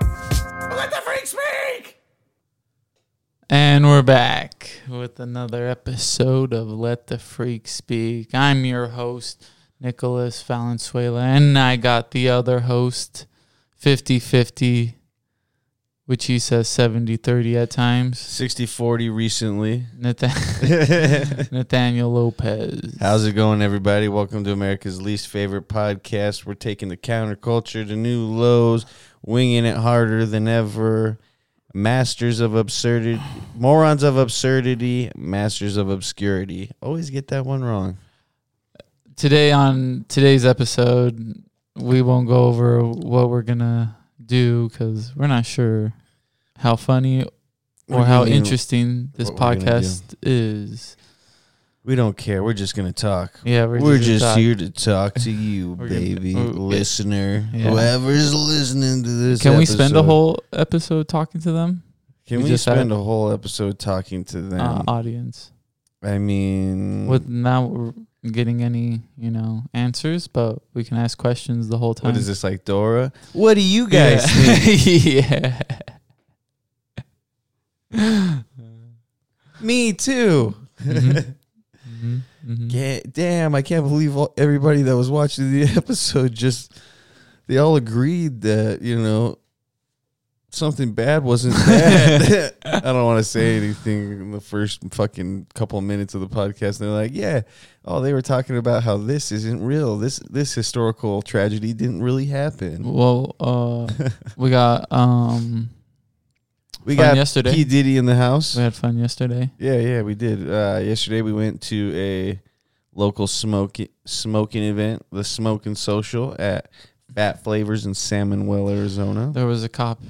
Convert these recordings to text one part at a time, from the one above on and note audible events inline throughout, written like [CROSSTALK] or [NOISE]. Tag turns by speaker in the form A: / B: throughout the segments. A: let the freak speak!
B: And we're back with another episode of Let the Freak Speak. I'm your host, Nicholas Valenzuela, and I got the other host, 50 50, which he says 70 30 at times,
A: 60 40 recently.
B: Nathan-
A: [LAUGHS]
B: Nathaniel Lopez.
A: How's it going, everybody? Welcome to America's least favorite podcast. We're taking the counterculture to new lows, winging it harder than ever. Masters of absurdity, morons of absurdity, masters of obscurity. Always get that one wrong.
B: Today, on today's episode, we won't go over what we're going to do because we're not sure how funny or
A: What do
B: how
A: you mean?
B: interesting this
A: what we're gonna do?
B: podcast is.
A: We don't care. We're just gonna talk.
B: Yeah,
A: We're, just here to
B: [LAUGHS]
A: talk to you,
B: We're gonna-
A: baby
B: we're-
A: listener.
B: Yeah.
A: Whoever's listening to this,
B: Can we spend a
A: episode.
B: whole episode talking to them?
A: Can
B: we
A: we
B: just had-
A: spend a whole episode talking to them?
B: Uh, audience,
A: I mean,
B: with not r- getting any, you know, answers, but we can ask questions the whole time.
A: what is this like, Dora? What do you guys
B: yeah. [LAUGHS]
A: think?
B: yeah.
A: Me too.
B: Mhm. Mhm, mhm.
A: Yeah, damn, I [LAUGHS] can't believe all, everybody that was watching the [LAUGHS] episode just they all agreed that you know something bad
B: [LAUGHS]
A: wasn't bad. [LAUGHS] I don't want to say anything in the first fucking couple minutes of the podcast. And they're like, yeah, oh, they were talking about how this isn't real. This this historical tragedy didn't really happen.
B: Well, uh, we got um,
A: We
B: Fun
A: got
B: yesterday.
A: P Diddy in the house.
B: we had fun yesterday.
A: Yeah, yeah, we did. Uh, yesterday we went to a local smoke smoking event, the Smoking Social at Fat Flavors in Salmonwell, Arizona.
B: There was a cop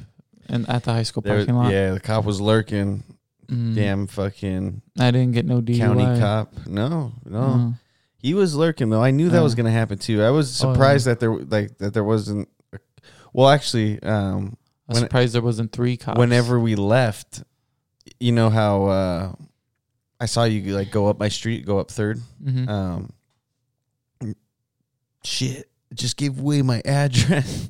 B: in at the high school
A: There-
B: parking lot.
A: yeah, the cop was lurking.
B: Mm,
A: Damn fucking
B: I didn't get no DUI.
A: county cop. Oh. No, no,
B: Mm.
A: he was lurking though. I knew that
B: Yeah.
A: was gonna happen too. I was
B: Oh, yeah.
A: surprised that there like that there wasn't. Well, actually, um,
B: I'm
A: When-
B: surprised there wasn't three cops.
A: whenever we left, you know how uh, I saw you like go up my street, go up Third.
B: Mhm.
A: Um,
B: Mm-hmm.
A: shit, just gave away my address.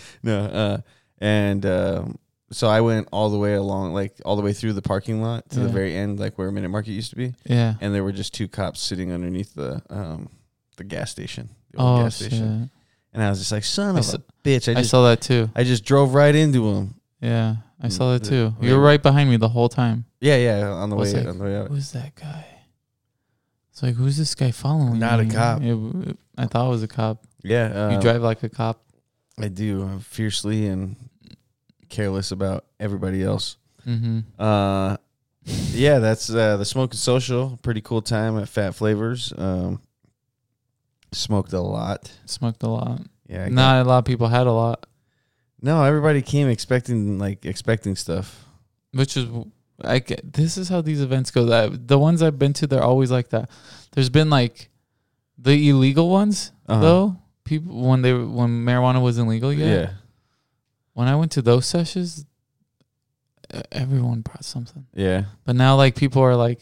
A: [LAUGHS] no, uh, and um, so I went all the way along, like all the way through the parking lot to the
B: Yeah.
A: very end, like where Minute Market used to be,
B: yeah.
A: and there were just two cops sitting underneath the um, the gas station. the old
B: Oh
A: gas
B: shit!
A: station. And I was just like, son
B: I
A: of
B: saw-
A: a bitch! I
B: I
A: just
B: saw that too.
A: I just drove right into him.
B: Yeah, I
A: Mm,
B: saw that
A: the-
B: too.
A: I
B: you were
A: mean-
B: right behind me the whole time.
A: Yeah, yeah, on the
B: I was
A: way
B: like,
A: on the way out.
B: Who's that guy? It's like, who's this guy following?
A: Not a
B: me?
A: cop.
B: It- it- I thought it was a cop.
A: Yeah,
B: you
A: um,
B: drive like a cop.
A: I do I'm fiercely and careless about everybody else.
B: Mm-hmm.
A: Uh, yeah, that's uh, the smoking social. Pretty cool time at Fat Flavors. Um, smoked a lot.
B: Smoked a lot.
A: Yeah, I got-
B: Not a lot of people had a lot,
A: no, everybody came expecting like expecting stuff.
B: which is I get. This is how these events go. That the ones I've been to, they're always like that. There's been like the illegal ones
A: Uh-huh.
B: though. Oh, People when they when marijuana wasn't legal
A: yeah.
B: yet.
A: yeah,
B: When I went to those sessions, e- everyone brought something.
A: yeah.
B: But now, like people are like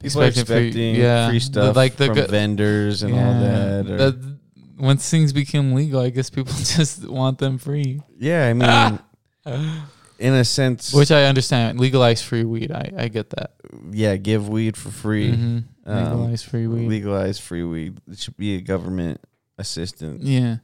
A: People are
B: Expecting free-
A: expecting
B: yeah,
A: free
B: the-
A: stuff
B: like the
A: from
B: good-
A: vendors and all that. or-
B: that- once things become legal, I guess people [LAUGHS] just want them free,
A: yeah, I mean,
B: [LAUGHS]
A: in a sense,
B: which I understand. Legalize free weed, I, I get that.
A: yeah, give weed for free.
B: Mhm.
A: Um,
B: Legalize free weed.
A: Legalize free weed. It should be a government assistance
B: yeah,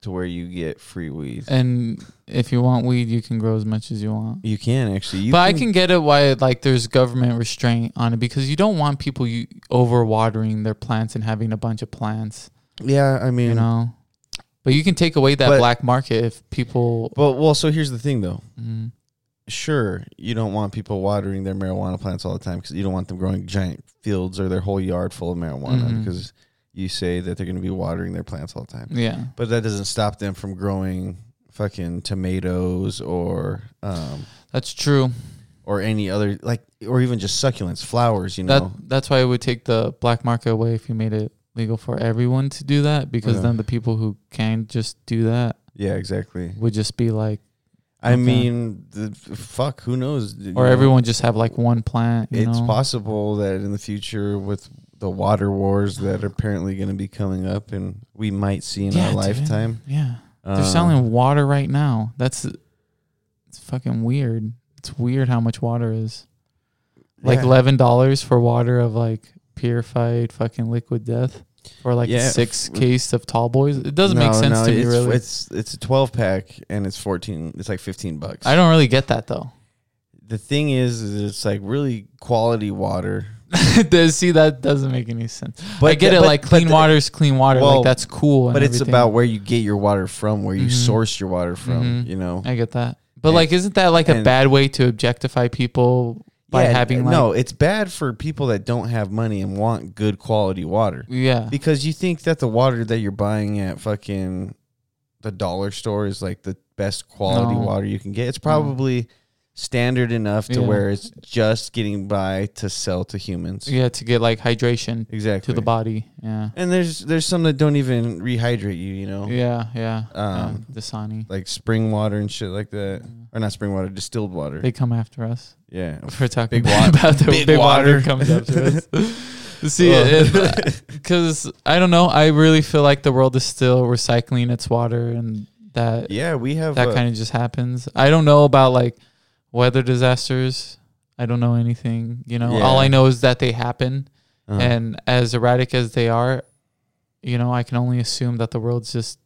A: to where you get free weed.
B: and if you want weed, you can grow as much as you want.
A: You can actually. You
B: but I can get it why like there's government restraint on it because you don't want people you overwatering their plants and having a bunch of plants,
A: Yeah, I mean,
B: you know. But you can take away that
A: Mm. But-
B: black market if people.
A: But well, so here's the thing though.
B: Mm,
A: Sure, you don't want people watering their marijuana plants all the time because you don't want them growing giant fields or their whole yard full of marijuana
B: Mhm.
A: because you say that they're going to be watering their plants all the time.
B: yeah,
A: But that doesn't stop them from growing fucking tomatoes or um
B: that's true.
A: or any other like or even just succulents, flowers, you
B: That
A: know.
B: that's why it would take the black market away if you made it legal for everyone to do that because
A: Yeah.
B: then the people who can just do that
A: yeah, exactly.
B: would just be like
A: I
B: Okay.
A: mean, the, fuck, who knows? you
B: or
A: know?
B: everyone just have like one plant you
A: it's
B: know?
A: possible that in the future with the water wars that are apparently going to be coming up and we might see in
B: Yeah,
A: our
B: dude.
A: lifetime
B: yeah they're
A: uh,
B: selling water right now that's It's fucking weird. It's weird how much water is. Like
A: Yeah.
B: eleven dollars for water of like purified fucking liquid death, or like
A: Yeah,
B: six
A: f-
B: case of tall boys. It doesn't
A: No,
B: make sense
A: no,
B: to me
A: it's,
B: really.
A: It's it's a twelve pack and it's fourteen. It's like fifteen bucks.
B: I don't really get that though. [LAUGHS]
A: the thing is, is it's like really quality water.
B: See, that doesn't make any sense. I get
A: the-
B: it.
A: but-
B: like
A: but
B: clean
A: the-
B: water's clean water.
A: Well,
B: like that's cool. and
A: But it's
B: everything.
A: about where you get your water from, where you
B: Mhm.
A: source your water from.
B: Mhm.
A: You know,
B: I get that. But
A: And-
B: like, isn't that like a
A: and-
B: bad way to objectify people by
A: Yeah, uh,
B: having like,
A: no, it's bad for people that don't have money and want good quality water
B: yeah,
A: because you think that the water that you're buying at fucking the dollar store is like the best quality
B: No.
A: water you can get. It's probably standard enough to
B: Yeah.
A: where it's just getting by to sell to humans.
B: yeah, to get like hydration
A: Exactly
B: to the body. Yeah,
A: And there's there's some that don't even rehydrate you, you know,
B: yeah, yeah.
A: Oh. Um,
B: yeah. Dasani,
A: like spring water and shit like that,
B: Mm.
A: or not spring water, distilled water.
B: they come after us [LAUGHS]
A: yeah,
B: for talking [LAUGHS]
A: Big wa-
B: about the
A: big
B: big, water.
A: water. Oh.
B: comes after
A: [LAUGHS]
B: us. [LAUGHS] See, [LAUGHS] because I don't know, I really feel like the world is still recycling its water, and that
A: yeah, we have
B: that
A: uh,
B: kind of just happens. I don't know about like weather disasters. I don't know anything. You know, all
A: Yeah.
B: I know is that they happen,
A: uh,
B: and as erratic as they are, you know, I can only assume that the world's just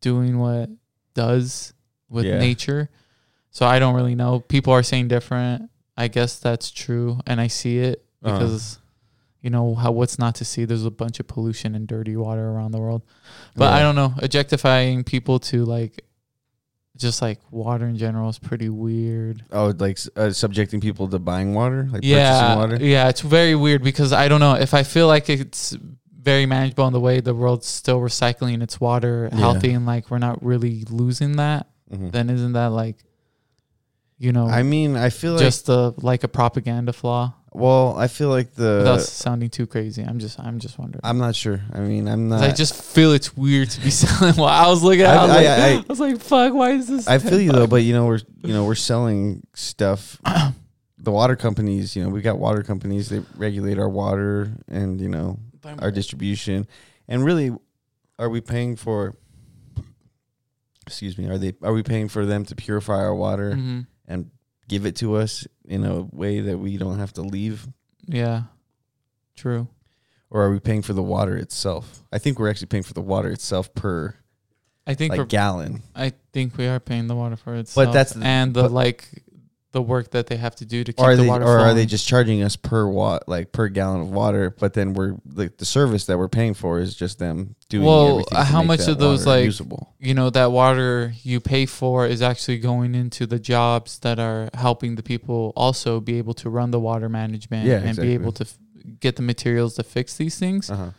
B: doing what it does with
A: Yeah.
B: nature. So I don't really know. People are saying different. I guess that's true, and I see it
A: Uh-huh.
B: because. You know how what's not to see? There's a bunch of pollution and dirty water around the world but
A: yeah.
B: I don't know. Objectifying people to like, just like water in general is pretty weird.
A: Oh, like uh, subjecting people to buying water, like
B: yeah,
A: purchasing water.
B: yeah, it's very weird because I don't know if I feel like it's very manageable in the way the world's still recycling its water
A: Yeah.
B: healthy and like we're not really losing that.
A: Mhm.
B: Then isn't that like, you know,
A: I mean, I feel like
B: just the like a propaganda flaw?
A: well, I feel like
B: Without
A: the
B: sounding too crazy, I'm just I'm just wondering.
A: Uh, I'm not sure. I mean, I'm
B: 'Cause
A: not.
B: I just feel it's weird to be [LAUGHS] selling. While I was looking, at it,
A: I-
B: I, was
A: I-
B: like,
A: I-
B: I was like, fuck, why is this?
A: I feel
B: [LAUGHS]
A: you though, but you know we're you know we're selling
B: [CLEARS THROAT]
A: stuff. the water companies, you know, we got water companies. They regulate our water and you know
B: But I'm-
A: our distribution. And really, are we paying for? Excuse me. Are they? Are we paying for them to purify our water
B: Mhm.
A: and give it to us in a way that we don't have to leave,
B: Yeah. True.
A: or are we paying for the water itself? I think we're actually paying for the water itself per
B: I think
A: like
B: we're
A: gallon.
B: I think we are paying the water for itself.
A: that's the-
B: and the
A: but-
B: like the work that they have to do to keep
A: Or are
B: the
A: they,
B: water
A: or are
B: flowing.
A: they just charging us per watt, like per gallon of water? But then we're like the service that we're paying for is just them doing.
B: Well,
A: everything to
B: how
A: make
B: much
A: that
B: of those,
A: water
B: like-
A: usable?
B: you know that water you pay for is actually going into the jobs that are helping the people also be able to run the water management
A: Yeah,
B: and
A: exactly.
B: be able to f- get the materials to fix these things.
A: Uh-huh.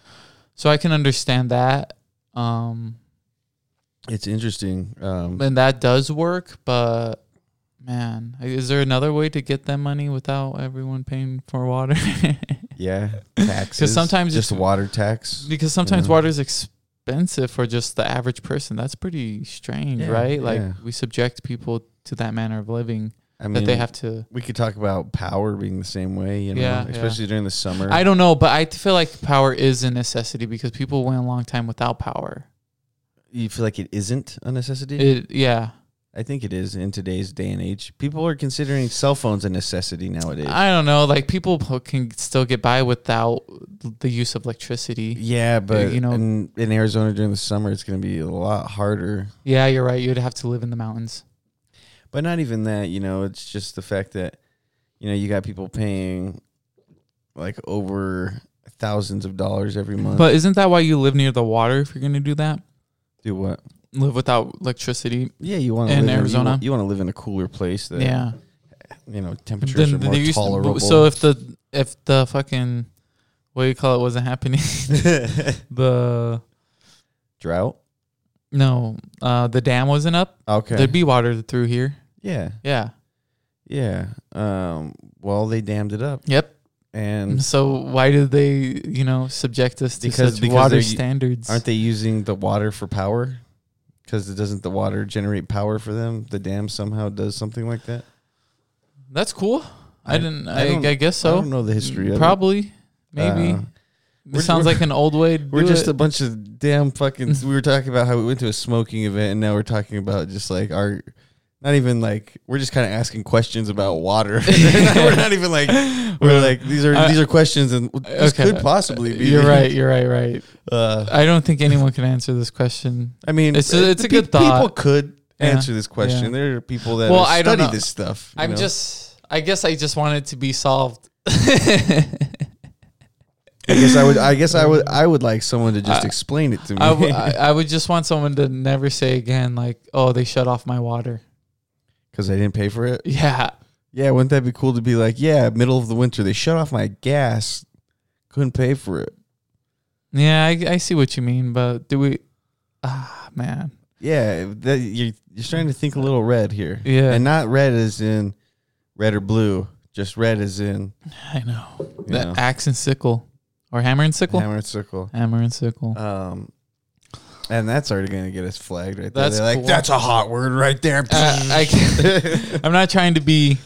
B: So I can understand that. Um
A: It's interesting. Um,
B: and that does work, but man, is there another way to get that money without everyone paying for water? [LAUGHS]
A: yeah, taxes.
B: sometimes
A: just
B: it's-
A: water tax.
B: because sometimes
A: Yeah.
B: water is expensive for just the average person. That's pretty strange,
A: Yeah,
B: right? Like
A: yeah.
B: we subject people to that manner of living
A: I mean,
B: that they have to.
A: we could talk about power being the same way, you know,
B: Yeah, yeah.
A: especially during the summer.
B: I don't know, but I feel like power is a necessity because people went a long time without power.
A: you feel like it isn't a necessity?
B: It, yeah,
A: I think it is in today's day and age. People are considering cell phones a necessity nowadays.
B: I don't know. Like people po- can still get by without the use of electricity.
A: yeah, but
B: you
A: you know,
B: know-
A: in, in Arizona during the summer, it's going to be a lot harder.
B: Yeah, you're right. You'd have to live in the mountains.
A: But not even that, you know, it's just the fact that you know you got people paying like over thousands of dollars every month.
B: But isn't that why you live near the water if you're going to do that?
A: do what?
B: Live without electricity.
A: Yeah, you want to
B: In
A: live
B: Arizona?
A: In, you want to live in a cooler place that
B: yeah.
A: you know temperatures
B: Then
A: are more
B: they used to-
A: tolerable.
B: so if the if the fucking what do you call it wasn't happening, [LAUGHS] the
A: [LAUGHS] drought.
B: no, uh, the dam wasn't up,
A: Okay.
B: there'd be water through here.
A: yeah.
B: Yeah.
A: Yeah. Um, well, they dammed it up,
B: Yep.
A: and
B: So why did they, you know, subject us to
A: Mm. Because-
B: such
A: because they're
B: water
A: u-
B: standards?
A: aren't they using the water for power? Because it doesn't the water generate power for them? The dam somehow does something like that.
B: That's cool. I,
A: I-
B: didn't.
A: I
B: I,
A: don't-
B: I, guess
A: I
B: so.
A: don't know the history. Of it.
B: Probably. Maybe.
A: Uh, we're-
B: it sounds
A: we're-
B: like an old way. To
A: [LAUGHS] We're
B: do [LAUGHS]
A: just
B: it.
A: a bunch of damn fucking. we were talking about how we went to a smoking event, and now we're talking about just like our not even like we're just kind of asking questions about water. [LAUGHS] we're not even like we're like these are
B: Uh,
A: these are questions and this
B: okay.
A: could possibly be.
B: You're right. You're right. Right.
A: [LAUGHS] Uh,
B: I don't think anyone can answer this question.
A: I mean, uh,
B: It's a- it's a
A: pe-
B: good thought.
A: People could
B: Yeah.
A: answer this question. There are people that
B: Well,
A: have
B: I don't
A: study
B: know.
A: this stuff. you
B: I'm
A: know?
B: just. I guess I just want it to be solved. [LAUGHS]
A: I guess I would. I guess I would. I would
B: [LAUGHS]
A: like someone to just
B: I-
A: explain it to me.
B: I, w- [LAUGHS]
A: [LAUGHS]
B: I I would just want someone to never say again, like, "Oh, they shut off my water." [LAUGHS]
A: because I didn't pay for it.
B: Yeah.
A: Yeah, wouldn't that be cool to be like, yeah, middle of the winter, they shut off my gas, couldn't pay for it.
B: Yeah. I, I see what you mean, but do we? Ah, man.
A: Yeah, that, you're you're starting to think a little red here.
B: Yeah.
A: and not red as in red or blue, just red as in
B: I know.
A: you
B: The
A: know,
B: axe and sickle, or hammer and sickle. Hammer,
A: hammer and circle.
B: and [LAUGHS] sickle.
A: Um, and that's already gonna get us flagged right there.
B: That's
A: They're like,
B: cool.
A: that's a hot word right there.
B: Uh, I can't, [LAUGHS] I'm not trying to be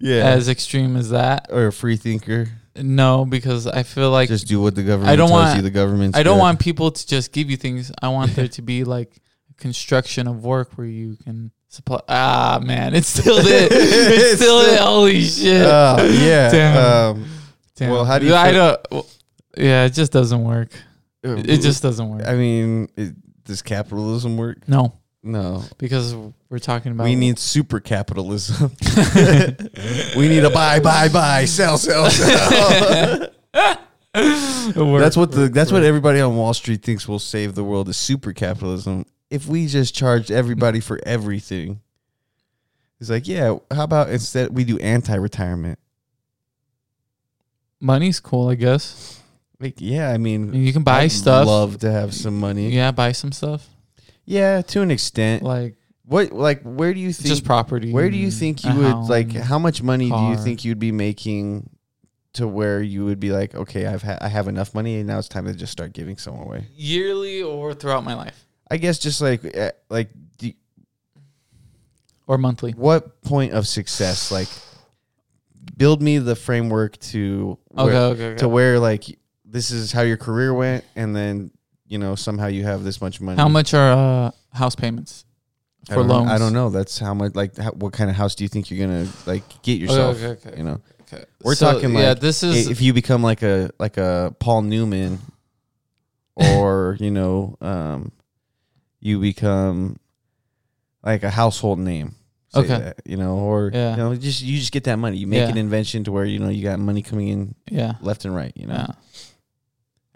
A: yeah,
B: as extreme as that.
A: or a free thinker.
B: No, because I feel like
A: just do what the government
B: I don't
A: tells
B: want-
A: you. The government.
B: I don't
A: [LAUGHS]
B: want people to just give you things. I want there to be like construction of work where you can supply. Ah, man, it's
A: [LAUGHS]
B: still it. It's
A: It's
B: still it.
A: still-
B: Holy shit.
A: Uh,
B: [LAUGHS]
A: yeah.
B: Damn.
A: Um,
B: Damn.
A: well, how do you
B: I
A: feel-
B: don't. well, yeah, it just doesn't work. It
A: Mm-hmm.
B: it just doesn't work.
A: I mean, it, does capitalism work?
B: no,
A: No,
B: because we're talking about
A: we
B: [LAUGHS]
A: need super capitalism. [LAUGHS] we need a buy, buy, buy, sell, sell, sell. [LAUGHS] that's what the that's what everybody on Wall Street thinks will save the world is super capitalism. If we just charged everybody for everything, it's like, yeah, how about instead we do anti-retirement?
B: money's cool. I guess
A: Like, yeah, Mm. I mean,
B: you can buy
A: I'd
B: stuff.
A: Love to have some money. Yeah,
B: yeah, buy some stuff
A: to an extent.
B: like
A: What like where do you think
B: just property.
A: Where do you
B: and
A: think
B: a
A: you would
B: house
A: like?
B: and-
A: How much money do
B: car.
A: you think you'd be making to where you would be like, okay, I've ha- I have enough money, and now it's time to just start giving some away.
B: yearly or throughout my life
A: I guess just like eh, like do,
B: or monthly?
A: what point of success? Like, build me the framework to where,
B: Okay, okay, okay.
A: to where like this is how your career went, and then you know somehow you have this much money.
B: How much are uh, house payments
A: I
B: for
A: don't know-
B: loans?
A: I don't know. That's how much. Like, how, what kind of house do you think you're gonna like get yourself?
B: Okay, okay, okay.
A: You know.
B: Okay.
A: We're talking
B: yeah.
A: like
B: This
A: I-
B: is
A: if you become like a like a Paul Newman, or [LAUGHS] you know, um, you become like a household name. say
B: Okay.
A: that, you know, or
B: Yeah.
A: you know, just you just get that money. You make
B: Yeah.
A: an invention to where you know you got money coming in
B: yeah,
A: left and right. You know,
B: yeah,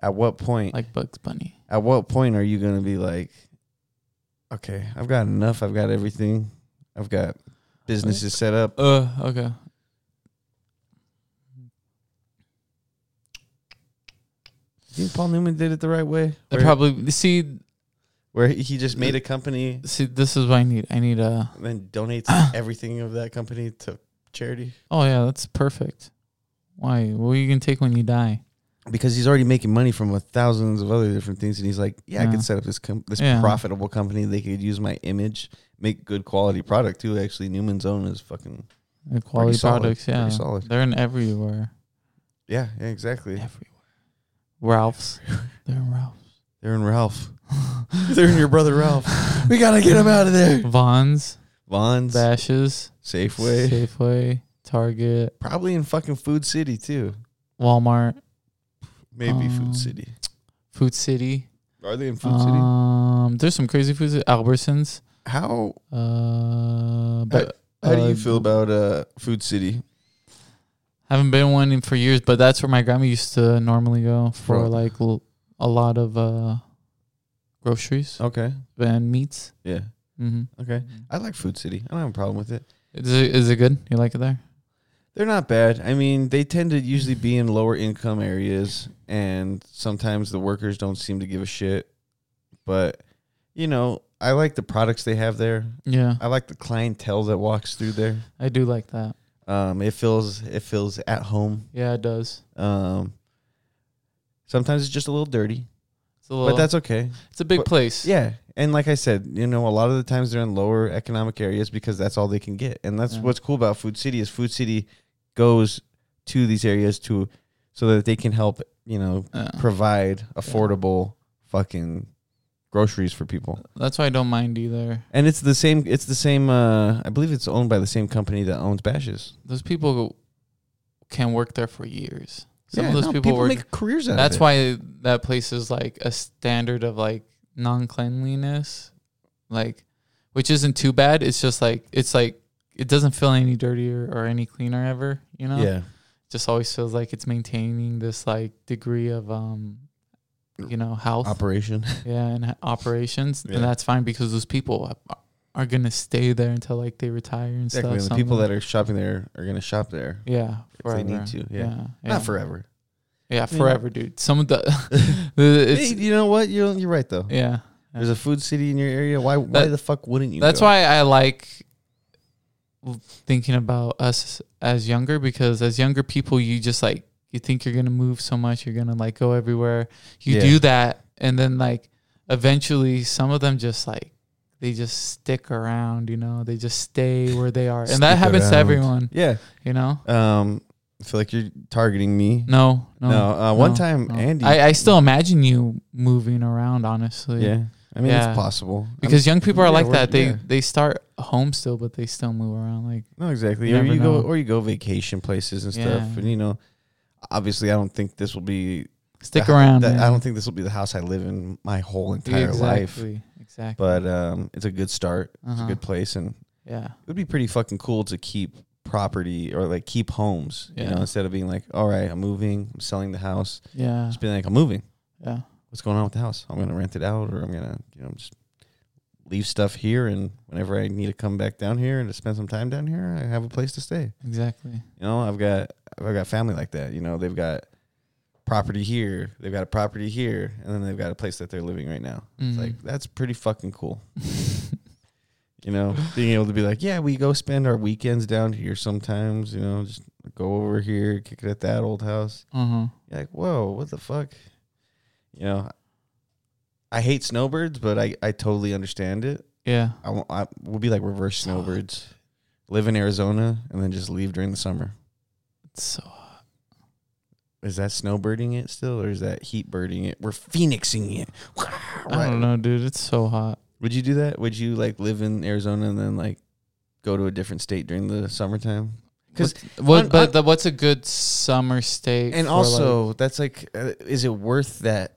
A: at what point?
B: like Bugs Bunny.
A: at what point are you gonna be like, okay, I've got enough. I've got everything. I've got businesses set up.
B: Uh, okay.
A: You think Paul Newman did it the right way?
B: They
A: Where,
B: probably see
A: where he just made a company
B: see. This is what I need. I need uh, a.
A: and then [CLEARS THROAT] donates everything of that company to charity
B: Oh yeah, that's perfect. Why? What are you gonna take when you die?
A: because he's already making money from a thousands of other different things, and he's like, yeah, I
B: Yeah.
A: could set up this com- this
B: Yeah.
A: profitable company. They could use my image, make good quality product too. Actually, Newman's Own is fucking
B: The quality
A: solid,
B: products.
A: pretty
B: Yeah,
A: solid.
B: they're in everywhere.
A: yeah, yeah exactly.
B: Everywhere. Ralph's. [LAUGHS] they're in Ralph's.
A: They're in Ralph. They're in your brother Ralph.
B: [LAUGHS]
A: We gotta get him out of there.
B: Vaughn's,
A: Vons,
B: Bash's,
A: Safeway,
B: Safeway, Target,
A: probably in fucking Food City too.
B: Walmart,
A: Maybe
B: Um,
A: Food City.
B: Food City.
A: Are they in Food City?
B: um, there's some crazy foods. At Albertsons.
A: How
B: Uh, but
A: how do
B: uh,
A: you feel about uh Food City?
B: Haven't been one in for years, but that's where my grandma used to normally go for
A: Bro.
B: like l- a lot of uh, groceries
A: Okay,
B: and meats.
A: yeah,
B: Mm-hmm.
A: okay. I like Food City. I don't have a problem with it.
B: Is it, is it good? You like it there?
A: They're not bad. I mean, they tend to usually be in lower income areas, and sometimes the workers don't seem to give a shit. But, you know, I like the products they have there.
B: Yeah,
A: I like the clientele that walks through there.
B: I do like that.
A: Um, it feels it feels at home.
B: Yeah, it does.
A: Um, sometimes it's just a little dirty,
B: It's a little,
A: but that's okay.
B: it's a big
A: but-
B: place.
A: Yeah, and like I said, you know, a lot of the times they're in lower economic areas because that's all they can get, and that's
B: Yeah.
A: what's cool about Food City is Food City goes to these areas to
B: Uh,
A: so that they can help you know
B: Yeah.
A: provide affordable fucking groceries for people.
B: That's why I don't mind either.
A: And it's the same. It's the same. Uh, I believe it's owned by the same company that owns Bashes.
B: Those people can work there for years. Some
A: Yeah,
B: of those
A: no,
B: people, work.
A: make careers out
B: That's
A: of it.
B: why that place is like a standard of like non cleanliness, like which isn't too bad. It's just like it's like it doesn't feel any dirtier or any cleaner ever. You know,
A: Yeah.
B: just always feels like it's maintaining this like degree of um, you know, health.
A: Operation.
B: [LAUGHS] Yeah, and ha- operations,
A: Yeah.
B: and that's fine because those people are, are gonna stay there until like they retire and
A: Exactly.
B: stuff.
A: and the people
B: somewhere.
A: that are shopping there are gonna shop there.
B: yeah,
A: If
B: forever.
A: they need to, yeah.
B: yeah,
A: Not forever.
B: Yeah,
A: Yeah.
B: forever, dude. Some
A: [LAUGHS]
B: of the, [LAUGHS] the
A: Hey,
B: it's,
A: you know what? You're you're right though.
B: yeah.
A: There's a food city in your area. Why why
B: That-
A: the fuck wouldn't you?
B: That's
A: go?
B: why I like thinking about us as younger because as younger people, you just like you think you're gonna move so much, you're gonna like go everywhere. You
A: Yeah.
B: do that, and then like eventually, some of them just like they just stick around. You know, they just stay where they are, and that
A: Stick
B: happens to
A: around.
B: everyone.
A: Yeah.
B: You know,
A: Um. I feel like you're targeting me.
B: no, no.
A: No. uh, one
B: no,
A: time,
B: no.
A: Andy.
B: I, I still imagine you moving around, honestly.
A: yeah. I mean,
B: Yeah.
A: it's possible I
B: Because young people are
A: yeah,
B: like
A: we're-
B: that. They
A: yeah.
B: they start home still, but they still move around. Like
A: No, exactly.
B: You
A: or
B: never
A: you
B: know.
A: go or you go vacation places and
B: Yeah.
A: stuff. And you know, obviously, I don't think this will be
B: stick
A: the-
B: around.
A: that- I
B: Oh, man.
A: don't think this will be the house I live in my whole entire life.
B: exactly, Exactly.
A: But um, it's a good start. It's
B: Uh-huh.
A: a good place, and it
B: yeah.
A: would be pretty fucking cool to keep property or like keep homes. You
B: Yeah.
A: know, instead of being like, all right, I'm moving, I'm selling the house.
B: Yeah.
A: Just being like, I'm moving.
B: Yeah.
A: What's going on with the house? I'm gonna rent it out, or I'm gonna you know just leave stuff here, and whenever I need to come back down here and to spend some time down here, I have a place to stay.
B: [LAUGHS] Exactly.
A: You know, I've got I've got family like that. You know, they've got property here, they've got a property here, and then they've got a place that they're living right now. It's
B: Mhm.
A: like that's pretty fucking cool. you know, being able to be like, yeah, we go spend our weekends down here sometimes. You know, just go over here, kick it at that old house.
B: Uh huh.
A: You're like, whoa, what the fuck? You know, I hate snowbirds, but I I totally understand it.
B: Yeah.
A: I, won't- I we'll be like reverse snowbirds, live in Arizona, and then just leave during the summer.
B: It's so
A: Is that snowbirding it still, or is that heat birding it? We're phoenixing it.
B: I don't know, dude. It's so hot.
A: Would you do that? Would you like live in Arizona and then like go to a different state during the summertime? 'Cause
B: What- what,
A: on-
B: but
A: on-
B: the, what's a good summer state?
A: And
B: for, like,
A: also, that's like, uh, is it worth that?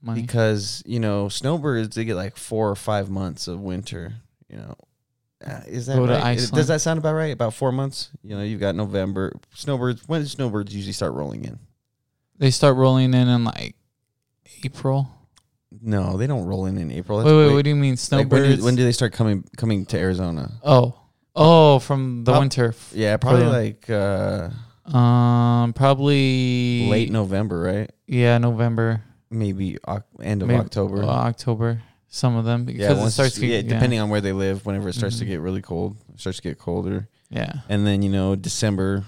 B: money?
A: Because you know, snowbirds they get like four or five months of winter. You know, Uh, is that
B: Go to
A: right? Is-
B: Iceland.
A: Does that sound about right? About four months. You know, you've got November snowbirds. When do snowbirds usually start rolling in?
B: they start rolling in in like April.
A: No, they don't roll in in April. That's
B: wait, wait,
A: way-
B: What do you mean
A: like, when do-
B: snowbirds?
A: when do they start coming coming to Arizona?
B: oh, oh, from the
A: Prob-
B: winter. F-
A: Yeah, probably
B: them.
A: like uh,
B: Um, probably
A: late November, right?
B: Yeah, November,
A: Maybe oc- end of
B: Maybe-
A: October.
B: uh, October. Some of them
A: yeah,
B: because it
A: once
B: starts. to
A: yeah,
B: get-
A: depending on where they live, whenever it starts
B: Mhm.
A: to get really cold, it starts to get colder,
B: Yeah.
A: and then you know December,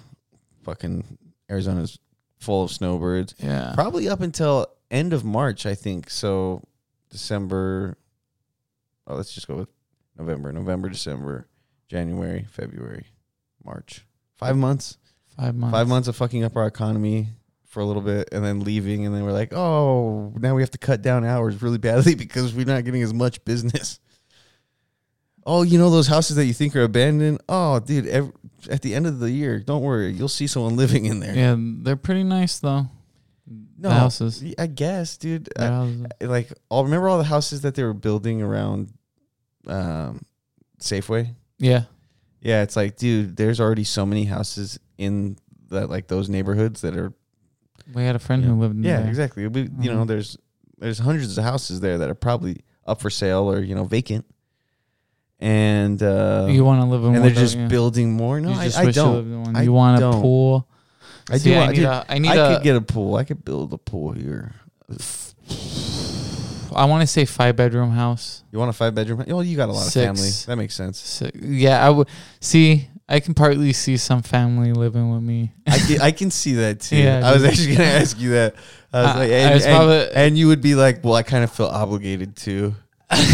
A: fucking Arizona's full of snowbirds.
B: Yeah.
A: Probably up until end of March, I think. So December. Oh, let's just go with November, November, December, January, February, March. Five months.
B: five months.
A: five months of fucking up our economy for a little bit and then leaving and then we're like oh now we have to cut down hours really badly [LAUGHS] because we're not getting as much business oh you know those houses that you think are abandoned oh dude ev at the end of the year don't worry you'll see someone [LAUGHS] living in there
B: Yeah, they're pretty nice though.
A: no
B: The houses.
A: i guess dude
B: The houses.
A: I, like i'll remember all the houses that they were building around um safeway
B: Yeah.
A: yeah it's like dude there's already so many houses in that like those neighborhoods that are
B: We had a friend who lived in
A: Yeah,
B: there.
A: exactly. We, You know,
B: Mhm.
A: there's there's hundreds of houses there that are probably up for sale or you know vacant, and uh,
B: You want to live in
A: and
B: one
A: they're
B: though,
A: just
B: yeah.
A: building more. No,
B: you
A: I,
B: just
A: I
B: wish You,
A: don't.
B: lived in one.
A: I
B: you want a
A: don't.
B: pool.
A: I
B: See,
A: do.
B: I
A: I,
B: need
A: dude,
B: a. I need
A: I
B: a.
A: could get a pool. I could build a pool here.
B: I want to say five bedroom house.
A: You want a five bedroom? Oh, you got a lot
B: Six.
A: of family. That makes sense.
B: So, yeah, I would see. I can partly see some family living with
A: [LAUGHS]
B: me. [LAUGHS]
A: I can, I can see that too.
B: Yeah,
A: I was
B: dude.
A: actually gonna ask you that. I was
B: I-
A: like,
B: I
A: and,
B: was
A: and-
B: probably-
A: and you would be like, well, I kind of feel obligated to.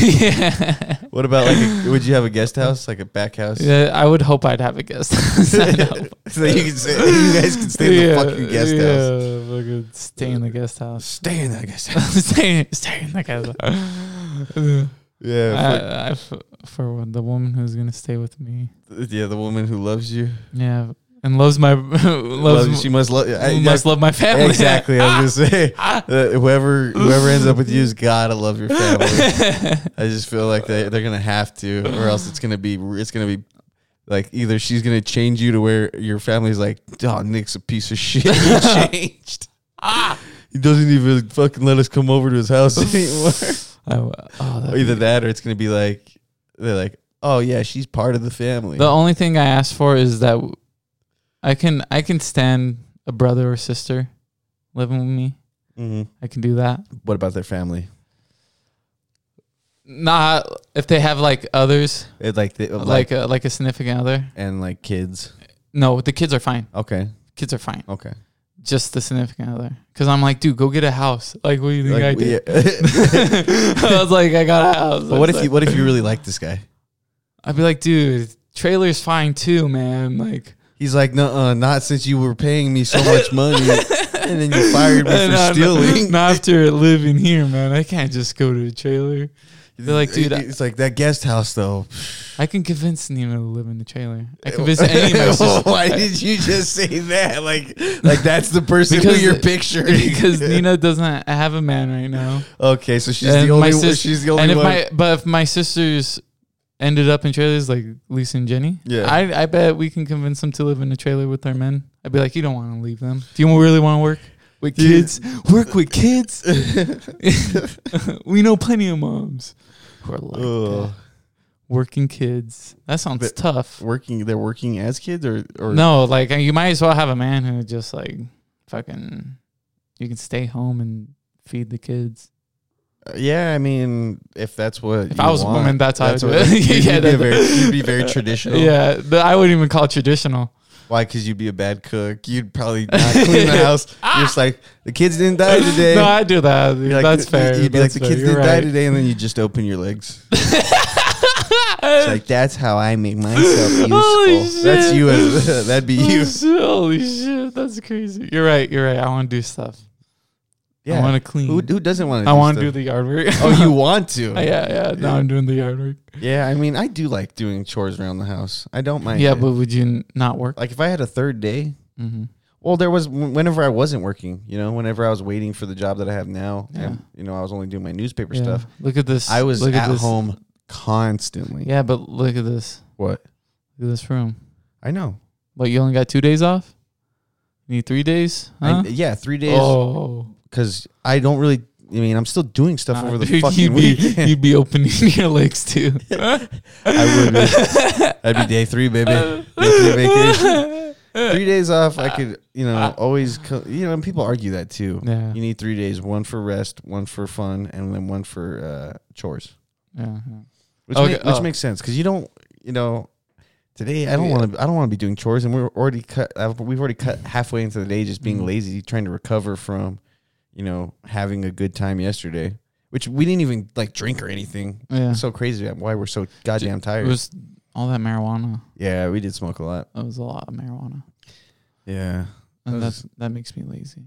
B: yeah.
A: What about like? A, would you have a guest house, like a back house?
B: yeah, I would hope I'd have a guest. house. I know.
A: [LAUGHS]
B: [LAUGHS]
A: so you can say, you guys can stay in the
B: Yeah,
A: fucking guest
B: yeah,
A: house.
B: fucking Stay in the guest house. [LAUGHS]
A: Stay in that guest house.
B: stay, stay in the guest house.
A: Yeah,
B: I, I f- for what- the woman who's gonna stay with me.
A: fuck- yeah. The woman who loves you,
B: Yeah, and loves my [LAUGHS] loves,
A: loves you,
B: m-
A: she must love. I-
B: must love Ah, my
A: yeah,
B: family. [LAUGHS]
A: exactly. I was gonna say that whoever whoever ends up with
B: [LAUGHS]
A: you has gotta love your family. I just feel like they they're gonna have to, or else it's gonna be it's gonna be like either she's gonna change you to where your family's like, oh, Nick's a piece of shit.
B: [LAUGHS]
A: He changed.
B: Ah!
A: [LAUGHS] He doesn't even fucking let us come over to his house anymore. [LAUGHS]
B: I w- oh, that'd
A: Or either that, or it's gonna be like they're like, oh yeah, she's part of the family.
B: The only thing I ask for is that w- I can I can stand a brother or sister living with me.
A: Mhm.
B: I can do that.
A: What about their family?
B: Not if they have like others,
A: It, like, they, like
B: like a, like a significant other.
A: and like kids.
B: No, the kids are fine.
A: Okay,
B: Kids are fine.
A: okay.
B: Just the significant other. Because I'm like, dude, go get a house. Like, what do you think
A: Like,
B: I did?
A: yeah.
B: [LAUGHS] I was like, I got a house.
A: [LAUGHS] but what if you what if you really like this guy?
B: I'd be like, dude, trailer's fine too, man. Like,
A: He's like, no, uh, not since you were paying me so
B: [LAUGHS]
A: much money, and then you fired me
B: and
A: for
B: I'm [LAUGHS]
A: stealing.
B: Not after living here, man. I can't just go to a trailer. They're like, dude, I-
A: it's like that guest house though.
B: I can convince Nina to live in the trailer. I convince
A: [LAUGHS]
B: any of my
A: Why did you just say that? Like, like that's the person who
B: Because-
A: you're picturing. [LAUGHS]
B: because Nina doesn't have a man right now.
A: okay, so she's
B: And
A: the
B: my
A: only.
B: sis-
A: she's the only
B: and if
A: one.
B: my but if my sisters ended up in trailers like Lisa and Jenny,
A: Yeah.
B: I I bet we can convince them to live in a trailer with their men. I'd be like, you don't want to leave them. Do you really want to work with
A: Dude.
B: kids? Work with
A: [LAUGHS]
B: kids. we know plenty of moms who are like
A: Ugh.
B: that. working kids. That sounds
A: But-
B: tough.
A: working, they're working as kids, or or
B: No, like you might as well have a man who just like fucking you can stay home and feed the kids.
A: Yeah, I mean, if that's what
B: If
A: you
B: I was
A: want,
B: a woman, that's how I would
A: that's
B: do
A: what-
B: it. [LAUGHS]
A: [LAUGHS] You'd,
B: yeah,
A: you'd be a
B: that-
A: very, you'd be very traditional.
B: Yeah, th- I wouldn't even call it
A: [LAUGHS]
B: traditional.
A: Why? Because you'd be a bad cook. You'd
B: [LAUGHS]
A: probably not clean the house. You're just like the kids didn't die today.
B: Ah! No, I do that.
A: You're like,
B: that's
A: "Th-
B: fair.
A: You'd be
B: that's
A: like, the
B: fair.
A: kids
B: You're
A: didn't die
B: right.
A: today, and then you just open
B: [LAUGHS]
A: your legs. it's like that's how I make myself useful.
B: Holy
A: That's
B: shit.
A: you. As, [LAUGHS] that'd be
B: Holy [LAUGHS]
A: you.
B: shit, holy shit, that's crazy. You're right. You're right. I want to do stuff. I
A: Yeah.
B: want to clean.
A: Who, who doesn't want to?
B: I want to do the yard work. [LAUGHS]
A: Oh, you want to?
B: yeah, yeah. Now I'm doing the yard work.
A: yeah. I mean, I do like doing chores around the house. I don't mind.
B: yeah,
A: it.
B: but would you n- not work?
A: like if I had a third day,
B: Mm-hmm.
A: Well, there was whenever I wasn't working, you know, whenever I was waiting for the job that I have now,
B: Yeah.
A: and you know, I was only doing my newspaper
B: Yeah.
A: stuff.
B: Look at this.
A: I was
B: look
A: at
B: this.
A: home constantly.
B: Yeah, but look at this.
A: What?
B: Look at this room.
A: I know.
B: But you only got two days off. You need three days. Huh?
A: I, yeah, three days
B: oh,
A: because I don't really. I mean, I'm still doing stuff
B: Nah,
A: over the
B: dude,
A: fucking
B: Uh, [LAUGHS] you'd be, [LAUGHS]
A: weekend.
B: You'd be opening your legs
A: [LAUGHS]
B: too.
A: I would. Be. That'd be day three, baby. Day
B: [LAUGHS]
A: three vacation. Three days off. I could, you know, always. Co- you know, and people argue that too.
B: Ah. Yeah.
A: You need three days: one for rest, one for fun, and then one for uh, chores.
B: yeah, yeah.
A: which,
B: Okay,
A: make- which
B: oh.
A: makes sense because you don't you know today i don't
B: Yeah.
A: want to i don't want to be doing chores and we're already cut I've, we've already cut halfway into the day just being
B: Mhm.
A: lazy trying to recover from you know having a good time yesterday which we didn't even like drink or anything
B: Yeah.
A: it's so crazy that- why we're so goddamn
B: It
A: tired
B: was all that marijuana.
A: yeah we did smoke a lot
B: That was a lot of marijuana,
A: yeah That
B: and
A: was-
B: that that makes me lazy.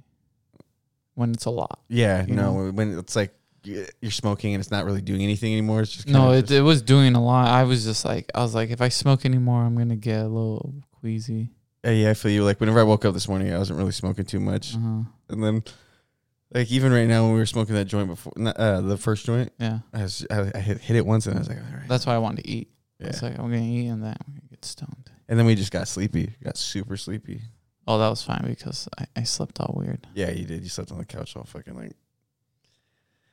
B: When it's a lot.
A: yeah
B: You
A: no when it's like y- you're smoking and it's not really doing anything anymore it's just
B: No,
A: kinda
B: it,
A: just-
B: it was doing a lot. I was just like, I was like, if I smoke anymore, I'm gonna get a little queasy.
A: Uh, yeah i feel you like whenever i woke up this morning i wasn't really smoking too much
B: Uh-huh.
A: And then, like even right now, when we were smoking that joint before, n- uh, the first joint,
B: Yeah,
A: I, was, I, I hit, hit it once, and I was like, all right.
B: that's why I wanted to eat.
A: yeah.
B: It's like I'm gonna eat and then I'm gonna get stoned.
A: and then we just got sleepy, got super sleepy.
B: Oh, that was fine because I, I slept all weird.
A: Yeah, you did. You slept on the couch all fucking like.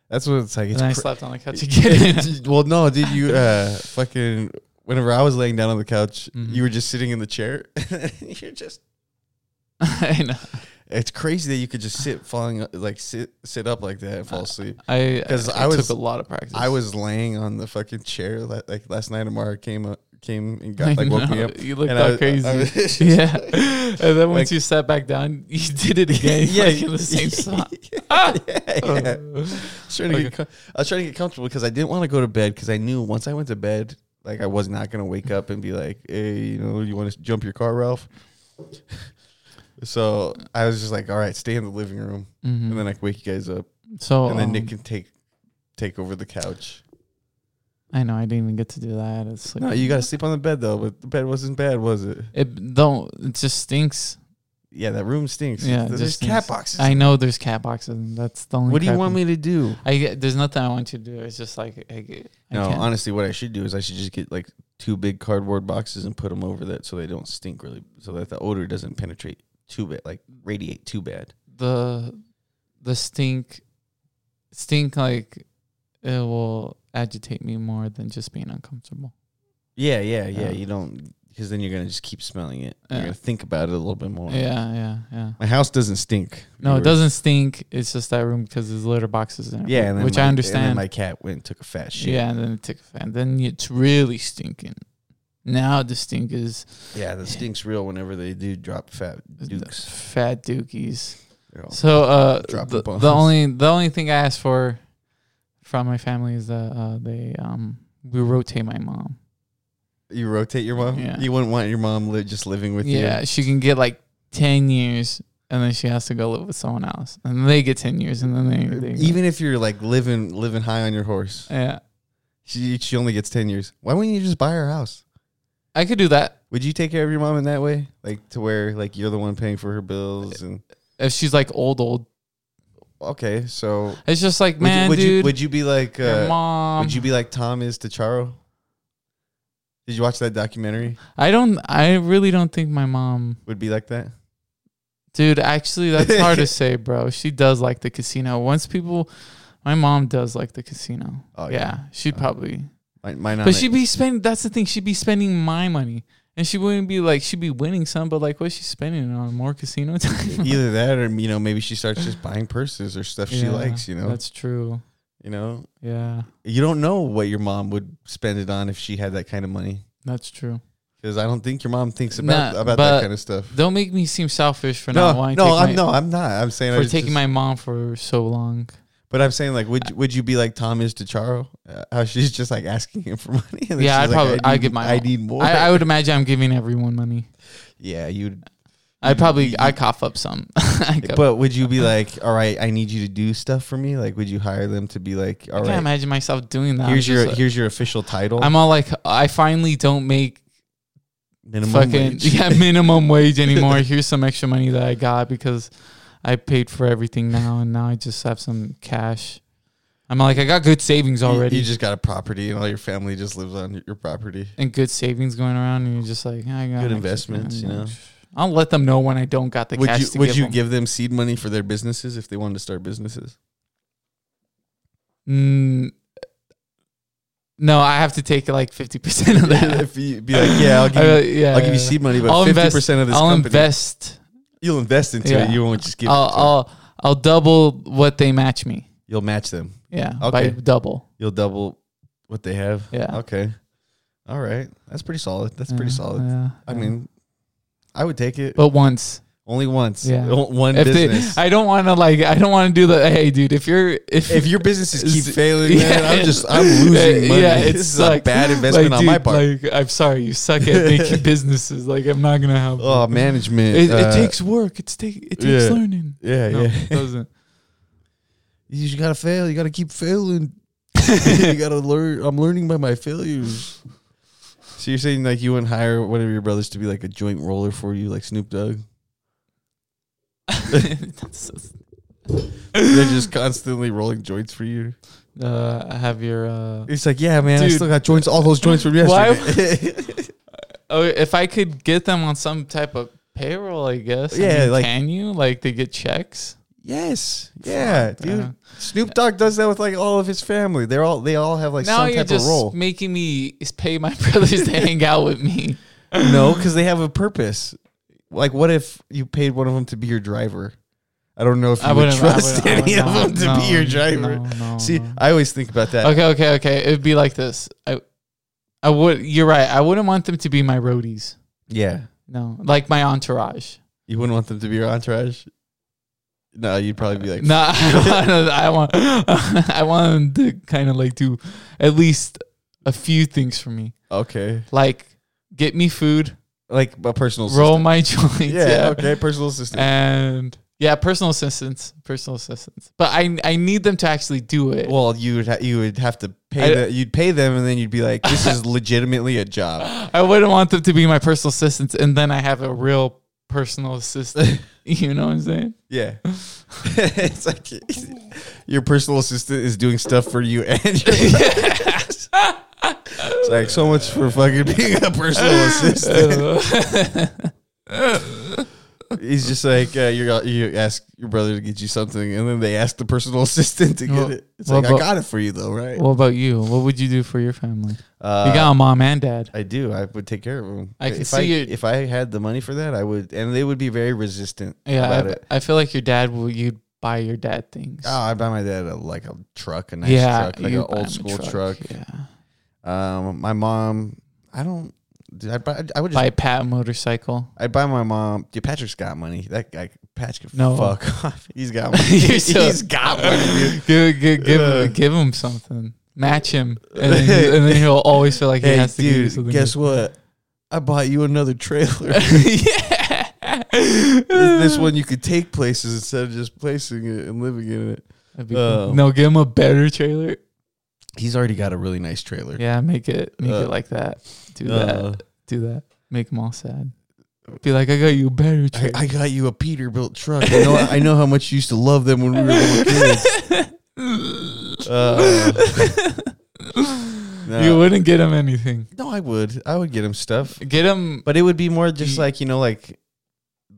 A: That's what it's like.
B: And
A: It's
B: then I
A: cra-
B: slept on
A: [LAUGHS]
B: the couch again.
A: well, no, did you uh, fucking? Whenever I was laying down on the couch,
B: Mhm.
A: you were just sitting in the chair. [LAUGHS] You're just.
B: [LAUGHS] I know.
A: It's crazy that you could just sit falling like sit sit up like that and fall asleep.
B: I
A: 'Cause
B: I,
A: I was-
B: took a lot of practice. [LAUGHS]
A: I was laying on the fucking chair la- like last night. Amara came up, came
B: [LAUGHS]
A: and got like woke me
B: know.
A: up. [LAUGHS]
B: You looked
A: and
B: all
A: I was-
B: crazy.
A: I was [LAUGHS]
B: [LAUGHS]
A: just
B: yeah.
A: like-
B: and then once
A: like-
B: you sat back down, you [LAUGHS] did it again. yeah, in the same spot.
A: [LAUGHS] yeah, yeah.
B: Uh,
A: I was trying to get co- I was trying to get comfortable because I didn't want to go to bed because I knew once I went to bed, like I was not gonna wake up and be like, "Hey, you know, you want to jump your car, Ralph?" [LAUGHS] so I was just like, "All right, stay in the living room,
B: mhm.
A: and then I can wake you guys up,
B: so
A: and then Nick
B: um,
A: can take take over the couch."
B: I know I didn't even get to do that. It's like
A: No, you got to sleep on the bed though, but the bed wasn't bad, was it?
B: it don't it just stinks.
A: Yeah, that room stinks.
B: Yeah, it
A: there's
B: just
A: cat
B: stinks.
A: boxes.
B: I know there's cat boxes. And that's the only.
A: what do you
B: crap
A: want
B: in-
A: me to do?
B: I get- there's nothing I want you to do. It's just like I, get- I
A: no,
B: can't.
A: honestly, what I should do is I should just get like two big cardboard boxes and put them over that so they don't stink really, so that the odor doesn't penetrate too bad, like radiate too bad.
B: the the stink stink like it will agitate me more than just being uncomfortable.
A: Yeah, yeah, yeah.
B: Yeah.
A: You don't because then you're gonna just keep smelling it. You're
B: Yeah.
A: gonna think about it a little bit more.
B: Yeah, yeah, yeah.
A: My house doesn't stink.
B: No, it
A: viewers.
B: doesn't stink. It's just that room because there's litter boxes in it.
A: Yeah, and then
B: which
A: my-
B: I
A: And then
B: understand.
A: my cat went and took a fat shit.
B: Yeah, and then it took a fan. Then it's really stinking. Now the stink is
A: yeah. The stinks real whenever they do drop fat
B: the
A: dukes.
B: fat dookies.
A: They're all-
B: So uh,
A: Drop
B: the,
A: the bombs.
B: the only the only thing I asked for from my family is that uh, they um we rotate my mom.
A: You rotate your mom.
B: Yeah.
A: You wouldn't want your mom li- just living with you.
B: yeah, she can get like ten years, and then she has to go live with someone else, and they get ten years, and then they, they
A: Even if you're like living living high on your horse,
B: yeah.
A: she she only gets ten years. Why wouldn't you just buy her house?
B: I could do that
A: Would you take care of your mom in that way, like to where like you're the one paying for her bills and
B: if she's like old old.
A: okay, so would
B: It's just like
A: you-
B: man,
A: would, you,
B: dude,
A: would you be like
B: your
A: uh,
B: mom.
A: would you be like Tom is to Charo? Did you watch that documentary?
B: I don't. I really don't think my mom.
A: Would be like that.
B: Dude, actually, that's hard to say,
A: [LAUGHS]
B: bro. She does like the casino. Once people, my mom does like the casino.
A: Oh,
B: yeah,
A: yeah.
B: she'd
A: Oh.
B: probably.
A: Mine, mine on
B: But
A: it.
B: she'd be spending. That's the thing. She'd be spending my money, and she wouldn't be like she'd be winning some, but like what's she spending it on more casino
A: [LAUGHS]
B: time?
A: [LAUGHS] either that or you know maybe she starts just buying purses or stuff she
B: Yeah,
A: likes. You know,
B: That's true.
A: you know,
B: Yeah,
A: you don't know what your mom would spend it on if she had that kind of money.
B: that's true.
A: Because I don't think your mom thinks about
B: Nah,
A: about
B: but-
A: that kind of stuff.
B: Don't make me seem selfish for not
A: No,
B: wanting.
A: no,
B: to take
A: I'm
B: my,
A: no, I'm not. I'm saying I
B: for
A: was
B: taking
A: just-
B: my mom for so long.
A: But I'm saying like, would you, would you be like Tom is to Charo? Uh, how she's just like asking him for [LAUGHS] money. and then
B: Yeah, I'd
A: she's like,
B: probably-
A: I
B: I'd
A: need-
B: get my
A: I
B: own.
A: need more.
B: I, I would imagine I'm giving everyone money.
A: yeah, you'd.
B: I
A: You-
B: probably
A: you-
B: I cough up some. [LAUGHS] I go,
A: Mm-hmm. But would you be like, all right, I need you to do stuff for me? Like, would you hire them to be like,
B: I
A: all
B: can't
A: right,
B: imagine myself doing that. I'm
A: here's your
B: just like-
A: here's your official title,
B: I'm all like, I finally don't make
A: minimum
B: fucking
A: wage.
B: [LAUGHS]
A: [LAUGHS]
B: yeah minimum wage anymore. Here's some extra money that I got because I paid for everything now, and now I just have some cash. I'm like, I got good savings
A: You-
B: already,
A: You, just got a property, and all your family just lives on your property.
B: and good savings going around, and you're just like, I got
A: Good
B: extra
A: investments, you know.
B: cash. I'll let them know when I don't got the
A: Would
B: cash.
A: you
B: to
A: would
B: give
A: you
B: them.
A: give them seed money for their businesses if they wanted to
B: [LAUGHS]
A: start businesses? [LAUGHS]
B: Mm, no, I have to take like fifty percent of that.
A: if you [LAUGHS] be like, yeah, I'll give you,
B: [LAUGHS] I- yeah,
A: I'll give you
B: yeah.
A: seed money, but
B: I'll
A: fifty
B: invest-
A: percent of this
B: I'll
A: company,
B: invest.
A: you'll invest into it.
B: Yeah.
A: You won't just give.
B: I'll,
A: it to them.
B: I'll I'll double what they match me.
A: You'll match them.
B: Yeah, by
A: Okay.
B: double.
A: You'll double what they have.
B: Yeah.
A: Okay. All right. That's pretty solid. That's pretty
B: Yeah,
A: solid.
B: yeah,
A: I
B: yeah.
A: mean, I would take it
B: but once
A: only once.
B: Yeah.
A: O- One
B: if
A: business.
B: they, I don't want to like, I don't want to do the. Hey, dude, if you're if,
A: if
B: [LAUGHS]
A: your businesses keep
B: Is-
A: failing, man,
B: Yeah.
A: I'm just I'm
B: [LAUGHS]
A: losing
B: Yeah,
A: money.
B: yeah, it
A: this is a
B: sucks.
A: bad investment
B: like,
A: on my
B: dude,
A: part.
B: Like, I'm sorry, you suck at
A: [LAUGHS]
B: making businesses. Like, I'm not gonna help.
A: oh,
B: you.
A: management.
B: it,
A: uh,
B: it takes work. It's take it takes
A: yeah.
B: learning.
A: Yeah,
B: No,
A: yeah.
B: it
A: [LAUGHS]
B: doesn't.
A: You just gotta fail. You gotta keep [LAUGHS] failing. you gotta learn. I'm learning by my failures. So you're saying like you wouldn't hire one of your brothers to be like a joint roller for you, like Snoop Dogg?
B: That's so s-
A: They're just [LAUGHS] constantly rolling joints for you.
B: uh, I have your. Uh,
A: It's like, yeah, man, I
B: Dude.
A: still got joints. All those joints from
B: Why-
A: yesterday. [LAUGHS]
B: oh, if I could get them on some type of payroll, I guess. I
A: Yeah,
B: mean,
A: like-
B: can you like they get checks?
A: yes, yeah,
B: Fuck,
A: dude.
B: uh,
A: Snoop Dogg does that with like all of his family. They're all they all have like
B: now
A: some
B: you're
A: type of
B: just
A: role.
B: making me s- pay my [LAUGHS] brothers to hang out with me.
A: no, because they have a purpose. Like, what if you paid one of them to be your driver? I don't know if you
B: I
A: would
B: wouldn't I
A: trust
B: wouldn't- I
A: any
B: would
A: of
B: not.
A: them to be
B: No,
A: your driver.
B: no, no,
A: See,
B: no.
A: I always think about that.
B: okay, okay, okay. It'd be like this. I, I would. You're right. I wouldn't want them to be my roadies.
A: Yeah,
B: No, like my entourage.
A: you wouldn't want them to be your entourage. No, you'd probably be like,
B: No, [LAUGHS] I want. [LAUGHS] I want them to kind of like do at least a few things for me,
A: okay,
B: like get me food,
A: like a personal
B: roll my [LAUGHS] joints,
A: assistant. Yeah,
B: yeah,
A: okay, personal assistant.
B: and Yeah, personal assistance, personal assistance. But I I need them to actually do it.
A: Well, you would ha- you would have to
B: I-
A: pay the, you'd pay them, and then you'd be like,
B: [LAUGHS]
A: "This is legitimately a job."
B: I wouldn't want them to be my personal assistants, and then I have a real personal assistant.
A: [LAUGHS]
B: you know what I'm saying?
A: Yeah, [LAUGHS] it's like your personal assistant is doing stuff for you, and it's like so much for fucking being a personal assistant. He's just like uh, you. You ask your brother to get you something, and then they ask the personal [LAUGHS] assistant to get
B: Well,
A: it. It's
B: well,
A: like I
B: but-
A: got it for you though, right?
B: what about you? What would you do for your family?
A: uh,
B: you got a mom and dad.
A: I do. I would take care of them.
B: I can
A: if
B: see
A: I,
B: you-
A: If I had the money for that, I would, and they would be very resistant about
B: Yeah,
A: it.
B: I, I feel like your dad will. You'd buy your dad things.
A: Oh, I buy my dad a, like a truck, a nice
B: yeah,
A: truck, like
B: you
A: an
B: buy him
A: old
B: a
A: school truck.
B: Yeah,
A: Um, my mom, I don't. Did I buy? I would just.
B: buy Pat a
A: [LAUGHS]
B: motorcycle.
A: I buy my mom. Yeah, Patrick's got money. That guy, Patch, can
B: No.
A: fuck [LAUGHS] off.
B: [LAUGHS]
A: He's got money.
B: You're so-
A: He's got money. Ah, dude.
B: give give give,
A: Uh.
B: give him something. Match him, and then,
A: [LAUGHS]
B: he- and then he'll always feel like [LAUGHS] he
A: Hey,
B: has to give you
A: dude,
B: something.
A: guess what? I bought you
B: [LAUGHS]
A: another trailer.
B: yeah.
A: this one you could take places instead of just placing it and living in it.
B: That'd be cool.
A: Um,
B: No, give him a better trailer.
A: He's already got a really nice trailer.
B: Yeah, make it make
A: Uh,
B: it like that. Do
A: Uh,
B: that. Do that. Make them all sad. Be like, I got you a better
A: I,
B: trailer.
A: I got you a Peterbilt truck. I know, I know how much you used to love them when we were little kids. Uh,
B: [LAUGHS]
A: no.
B: [LAUGHS] You wouldn't get him anything.
A: No, I would. I would get him stuff,
B: Get him.
A: but it would be more just
B: Ye-
A: like you know, like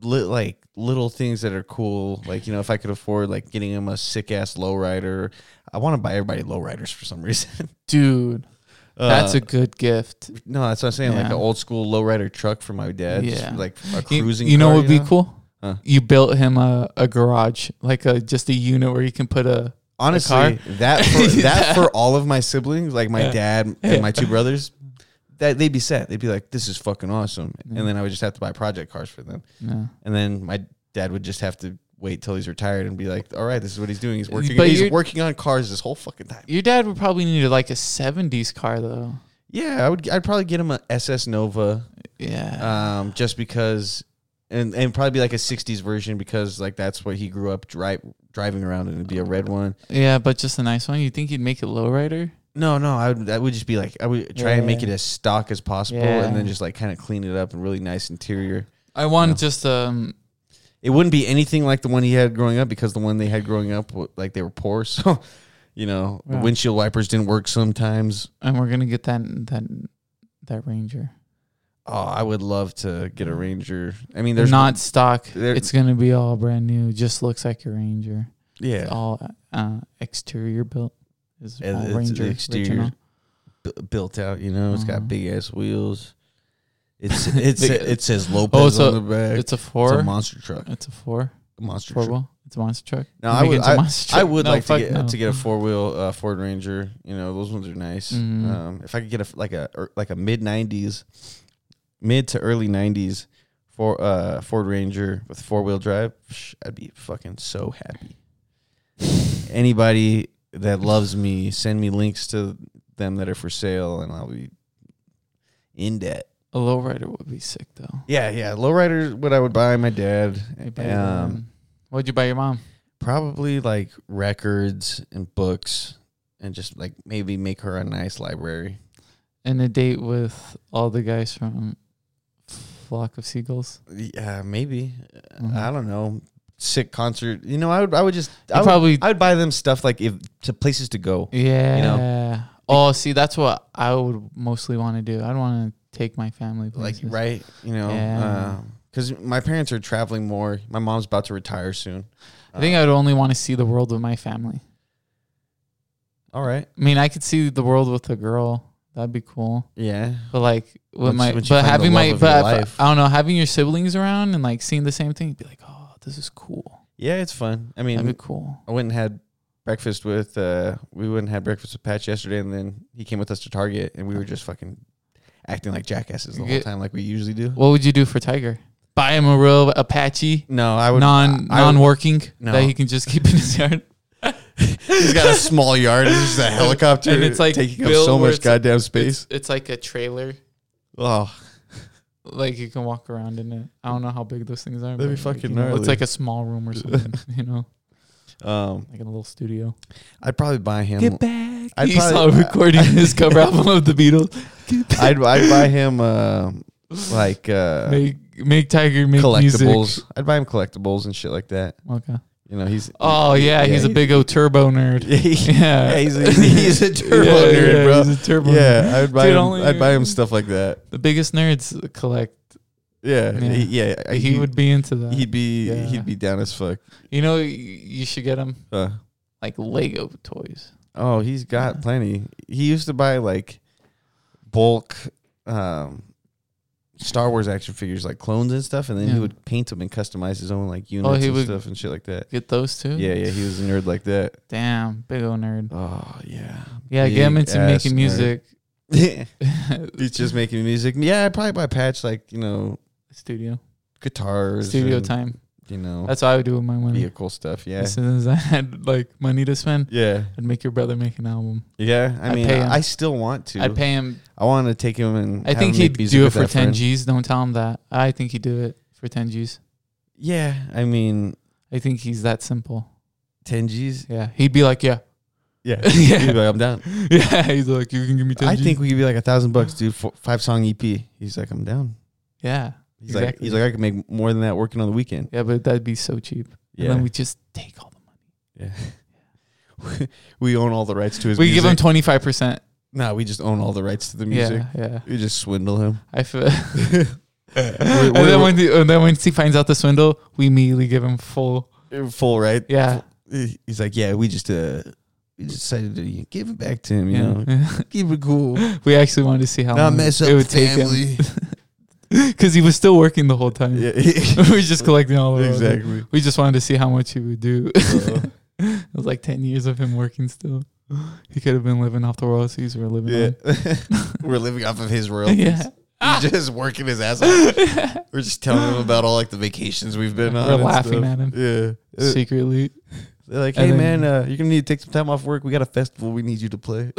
A: li- like little things that are cool. Like you know, if I could afford like getting him a sick ass lowrider, I want to buy everybody lowriders for some [LAUGHS] reason.
B: Dude, that's
A: Uh,
B: a good gift.
A: no. That's what I'm saying. Like
B: yeah.
A: an old school lowrider truck for my dad. just
B: Yeah.
A: like a
B: You-
A: cruising.
B: You, know
A: car,
B: what would be cool?
A: Huh.
B: You built him a, a garage, like a just a unit where you can put a. car?
A: Honestly,
B: [LAUGHS]
A: that for, that for all of my siblings, like my
B: Yeah.
A: dad
B: Yeah.
A: and my two brothers, that they'd be set. They'd be like, "This is fucking awesome,"
B: Mm.
A: and then I would just have to buy project cars for them.
B: No.
A: And then my dad would just have to wait till he's retired and be like, "All right, this is what he's doing. He's working.
B: But
A: he's
B: you're-
A: working on cars this whole fucking time."
B: Your dad would probably need like a '70s car though.
A: Uh, Yeah, I would. I'd probably get him a SS Nova,
B: Yeah.
A: um, just because, and and probably like a '60s version because like that's what he grew up dri- driving around, and it'd be a red one.
B: yeah, but just a nice one. You think you'd make it lowrider?
A: No, no, I would. I would just be like, I would try and make it
B: Yeah.
A: as stock as possible,
B: Yeah.
A: and then just like kind of clean it up and really nice interior.
B: I want
A: No.
B: just um
A: It wouldn't be anything like the one he had growing up because the one they had growing up, wa- like they were poor, [LAUGHS] so you know the
B: Wow.
A: windshield wipers didn't work sometimes.
B: and we're gonna get that that that Ranger.
A: Oh, I would love to get a Ranger. I mean,
B: They're
A: there's
B: not stock.
A: there-
B: It's gonna be all brand new. Just looks like a Ranger.
A: yeah
B: All uh, exterior built. Is
A: Yeah,
B: all
A: it's
B: Ranger
A: exterior.
B: original.
A: b- built out. You know, it's
B: Uh-huh.
A: got big ass
B: [LAUGHS]
A: wheels. It's it's it says Lopez
B: Oh, it's a-
A: on the back. It's,
B: It's a four.
A: a
B: It's a,
A: monster truck.
B: four.
A: Monster
B: Four
A: truck.
B: wheel. It's a monster truck.
A: No,
B: You
A: I
B: make
A: would-
B: it into a monster
A: I
B: truck?
A: would
B: No,
A: like to
B: fuck
A: get
B: no.
A: to get a four wheel uh, Ford Ranger. You know, those ones are nice.
B: Mhm.
A: Um, if I could get a like a er, like a mid '90s, mid to early '90s for uh, Ford Ranger with four wheel drive, psh, I'd be fucking so happy. Anybody that loves me, send me links to them that are for sale, and I'll be in debt.
B: a lowrider would be sick though.
A: Yeah, yeah. Lowrider, what I would buy my dad.
B: Hey, baby,
A: Um,
B: um, What'd you buy your mom?
A: probably like records and books and just like maybe make her a nice library.
B: And a date with all the guys from Flock of Seagulls.
A: Yeah, maybe.
B: Mhm.
A: I don't know. Sick concert. Mm-hmm. You know, I would I would just I
B: You
A: would,
B: probably
A: I would buy them stuff like if to places to go.
B: Yeah. Oh, see, that's what I would mostly want to do. I'd want to take my family.
A: Like
B: Places.
A: right, you know.
B: Yeah.
A: Because my parents are traveling more. My mom's about to retire soon.
B: I think I would only want to see the world with my family.
A: All right.
B: I mean, I could see the world with a girl. That'd be cool.
A: Yeah.
B: But like with
A: Once-
B: my,
A: once you
B: but
A: find the
B: having my,
A: love of your
B: but
A: life.
B: I, I don't know, having your siblings around and like seeing the same thing, you'd be like, oh, this is cool.
A: Yeah, it's fun. I mean,
B: That'd be cool.
A: I went and had breakfast with uh we went and had breakfast with Patch yesterday and then he came with us to Target and we were just fucking acting like jackasses the whole
B: Get-
A: time like we usually do.
B: What would you do for Tiger? Buy him a real Apache,
A: No, I would
B: non
A: I- I
B: non
A: would-
B: working
A: No.
B: that he can just keep in his yard.
A: [LAUGHS]
B: [LAUGHS]
A: He's got a small yard, it's just a helicopter
B: And it's like
A: taking up
B: built
A: so
B: where
A: much
B: it's like-
A: goddamn space.
B: It's like a trailer.
A: Oh.
B: like you can walk around in it. I don't know how big those things are.
A: That'd be
B: but, like,
A: fucking
B: you know, It's
A: gnarly.
B: like a small
A: [LAUGHS]
B: room or something, you know,
A: Um,
B: like in a little studio.
A: I'd probably buy him.
B: Get back.
A: I'd
B: you saw
A: probably-
B: recording his
A: [LAUGHS]
B: cover album of the Beatles. Get back. [LAUGHS]
A: I'd I'd buy him uh, like uh,
B: make make Tiger make
A: collectibles.
B: music.
A: I'd buy him collectibles and shit like that.
B: Okay.
A: You know, he's
B: Oh yeah, he's a big O turbo nerd.
A: [LAUGHS] yeah, he-
B: Yeah. [LAUGHS]
A: yeah, he's a, he's a turbo
B: Yeah,
A: nerd,
B: yeah,
A: bro.
B: He's a turbo nerd. [LAUGHS]
A: yeah, I'd buy
B: Dude,
A: him.
B: only-
A: I'd buy him stuff like that.
B: The biggest nerds collect.
A: Yeah,
B: Yeah.
A: yeah. Uh, He, uh, yeah, I-
B: he would be into that.
A: He'd be
B: Yeah.
A: he'd be down as fuck.
B: you know, y- you should get him
A: Uh,
B: like Lego toys.
A: oh, he's got
B: Yeah.
A: plenty. He used to buy like bulk um, Star Wars action figures, like clones and stuff, and then
B: Yeah.
A: he would paint them and customize his own like units
B: he
A: and
B: would-
A: stuff and shit like that.
B: Get those too.
A: Oh, Yeah, yeah, he was a nerd like that.
B: Damn, big O nerd.
A: Oh yeah,
B: Yeah, get him
A: Big
B: into
A: ass
B: making
A: nerd.
B: music.
A: [LAUGHS]
B: [LAUGHS]
A: he's just making music. Yeah, I'd probably buy patch like you know
B: studio,
A: guitars,
B: studio
A: and,
B: time.
A: you know,
B: That's what I would do with my money.
A: vehicle stuff. Oh. Yeah,
B: As soon as I [LAUGHS] had like money to spend,
A: yeah,
B: I'd make your brother make an album.
A: yeah. I
B: I'd
A: mean,
B: pay him.
A: I, I still want to.
B: I'd pay him.
A: I want to take him and.
B: I
A: have
B: think
A: him make
B: he'd
A: music
B: do it
A: with
B: for
A: that
B: ten
A: friend.
B: G's. Don't tell him that. I think he'd do it for ten G's.
A: Yeah, I mean
B: I think he's that simple.
A: ten G's.
B: Yeah, he'd be like, yeah, [LAUGHS]
A: Yeah,
B: Yeah.
A: [LAUGHS] He'd be like, I'm down.
B: yeah. He's like, you can give me ten.
A: I
B: Gs."
A: think we could be like a thousand bucks, dude. For five song EP. He's like, I'm down.
B: yeah,
A: He's like, he's like, I could make more than that working on the weekend.
B: yeah, but that'd be so cheap.
A: Yeah,
B: And then we just take all the money.
A: yeah. we own all the rights to his.
B: we
A: music.
B: give him twenty five percent.
A: No, we just own all the rights to the music.
B: Yeah, yeah.
A: We just swindle [LAUGHS] him.
B: I feel. [LAUGHS]
A: We're-
B: and
A: we're-
B: then when the, and then once he finds out the swindle, we immediately give him full.
A: Full right.
B: Yeah,
A: He's like, yeah, we just uh, we just decided to give it back to him. You
B: yeah.
A: know, keep it cool.
B: [LAUGHS] we actually wanted to see how
A: Not
B: long
A: mess up
B: it would
A: the
B: take
A: family.
B: him [LAUGHS] because he was still working the whole time.
A: yeah,
B: [LAUGHS] we were just collecting all the exactly.
A: [LAUGHS] exactly. [LAUGHS]
B: We just wanted to see how much he would do. [LAUGHS]
A: Uh,
B: It was like ten years of him working still. He could have been living off the royalties we're living
A: yeah, [LAUGHS] we're living off of
B: [LAUGHS]
A: his
B: on.
A: royalties.
B: Yeah,
A: He's just working his
B: [LAUGHS]
A: ass off. We're just telling him about all like the vacations we've been on.
B: We're
A: and
B: laughing
A: stuff.
B: at him.
A: Yeah. Uh,
B: secretly.
A: They're like,
B: And
A: hey
B: then-
A: man, uh, you're gonna need to take some time off work. We got a festival. We need you
B: [LAUGHS]
A: to play.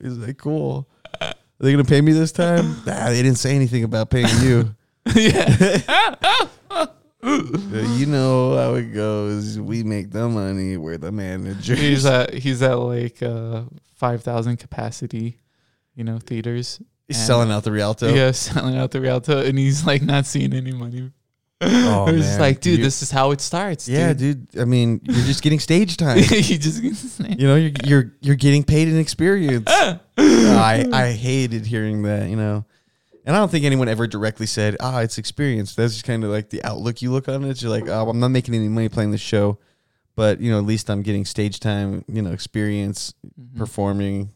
A: Is like cool? Are they gonna pay me this time? Nah, they didn't say anything about paying you.
B: [LAUGHS] yeah.
A: Uh, you know how it goes. We make the money. We're the managers.
B: he's at he's at like uh five thousand capacity, you know, theaters.
A: He's selling out the Rialto.
B: Yeah, [LAUGHS] selling out the Rialto, and he's like not seeing any money.
A: Oh,
B: [LAUGHS] We're just
A: man.
B: like, dude,
A: You-
B: this is how it starts.
A: Yeah,
B: dude.
A: dude. I mean, you're just getting stage
B: [LAUGHS]
A: time.
B: he just gets
A: You know, you're you're you're getting paid an experience. I I hated hearing that. You know, and I don't think anyone ever directly said, "Ah, it's experience." That's just kind of like the outlook you look on it. You're like, "Oh, I'm not making any money playing this show, but you know, at least I'm getting stage time. You know, experience performing."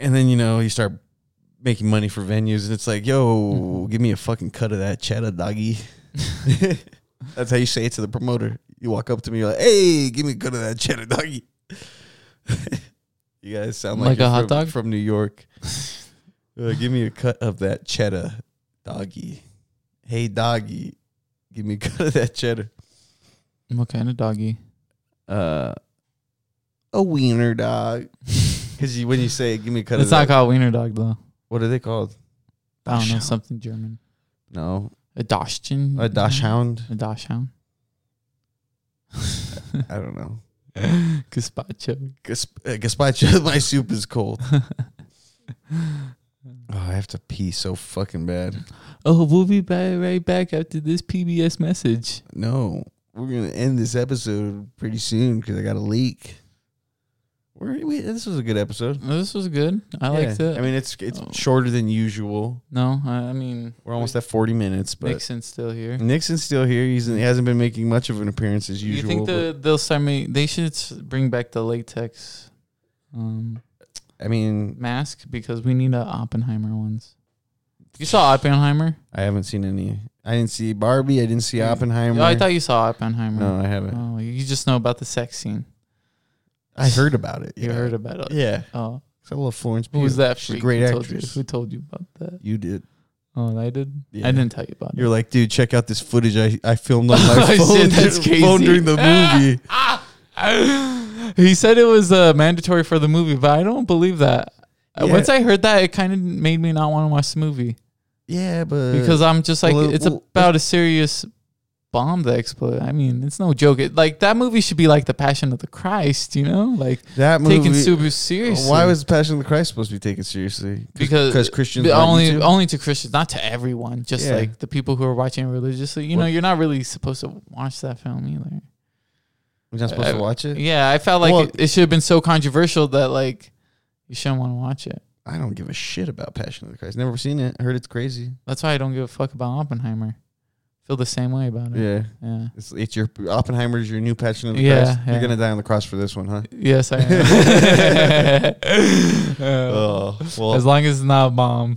A: And then you know you start making money for venues, and it's like, "Yo,
B: Mm-hmm.
A: give me a fucking cut of that cheddar, doggy."
B: [LAUGHS]
A: That's how you say it to the promoter. You walk up to me, you're like, "Hey, give me a cut of that cheddar doggy." [LAUGHS] you guys sound like,
B: Like a
A: you're
B: hot
A: from,
B: dog?
A: from New York. You're like, give me a cut of that cheddar doggy. Hey, doggy, give me a cut of that cheddar.
B: What kind of doggy?
A: [LAUGHS] Uh, a wiener dog. Because you, when you say, "Give me a cut,"
B: It's
A: of
B: not
A: that,
B: called wiener dog though.
A: what are they called?
B: I don't know
A: Dachshund.
B: something German.
A: No,
B: A Dachshund.
A: a dachshund.
B: A
A: [LAUGHS]
B: Dachshund.
A: I don't know. [LAUGHS]
B: Gazpacho.
A: Gas- uh, Gazpacho, [LAUGHS] my soup is cold. Oh, I have to pee so fucking bad.
B: Oh, we'll be ba- right back after this PBS message.
A: No, we're gonna end this episode pretty soon because I got a leak. We're, we, this was a good episode.
B: Well, this was good. I liked
A: Yeah.
B: it.
A: I mean, it's it's
B: Oh.
A: shorter than usual.
B: no, I, I mean,
A: We're almost at forty minutes, but
B: Nixon's still here.
A: Nixon's still here. He's, he hasn't been making much of an appearance as
B: Do you
A: usual.
B: think the, they'll start? Make, they should s- bring back the latex um,
A: but, I mean,
B: mask because we need a Oppenheimer ones. You saw Oppenheimer?
A: I haven't seen any. I didn't see Barbie. I didn't see
B: Yeah.
A: Oppenheimer.
B: Oh, I thought you saw Oppenheimer.
A: no, I haven't.
B: Oh, you just know about the sex scene.
A: I heard about it.
B: You
A: yeah.
B: heard about it.
A: Yeah,
B: Oh,
A: 'Cause I love Florence.
B: who was
A: Pugh.
B: that?
A: She's a
B: freak
A: great
B: who told you-
A: actress.
B: who told you about that?
A: You did.
B: Oh, I did.
A: Yeah.
B: I didn't tell you about
A: You're
B: it.
A: like, dude, check out this footage I, I
B: [LAUGHS]
A: filmed on
B: Oh,
A: my
B: shit,
A: phone,
B: that's
A: dur- phone
B: crazy. Ah.
A: during the movie.
B: [LAUGHS] he said it was uh, mandatory for the movie, but I don't believe that. Uh,
A: Yeah.
B: Once I heard that, it kind of made me not want to watch the movie.
A: Yeah, but
B: because I'm just like
A: Uh, well,
B: it's
A: well,
B: about a serious bomb that exploded. I mean, it's no joke. It, like that movie should be like the Passion of the Christ, you know, like
A: that movie.
B: taken super seriously.
A: Why was Passion of the Christ supposed to be taken seriously?
B: because
A: because Christians
B: but
A: are
B: only
A: YouTube?
B: only to Christians, not to everyone. Just
A: Yeah.
B: like the people who are watching religiously. You know,
A: Well-
B: you're not really supposed to watch that film either.
A: we're not supposed to
B: uh,
A: watch it.
B: Yeah, I felt like
A: Well-
B: it, it should have been so controversial that like you shouldn't want to watch it.
A: I don't give a shit about Passion of the Christ. Never seen it. Heard it's crazy.
B: That's why I don't give a fuck about Oppenheimer. Feel the same way about it.
A: Yeah,
B: Yeah.
A: it's it's your Oppenheimer's your new Passion of the
B: Yeah,
A: Christ.
B: yeah.
A: You're gonna die on the cross for this one, huh?
B: Yes,
A: [LAUGHS]
B: I am. [LAUGHS] Uh,
A: Oh
B: as
A: well.
B: long [LAUGHS] as it's not bomb.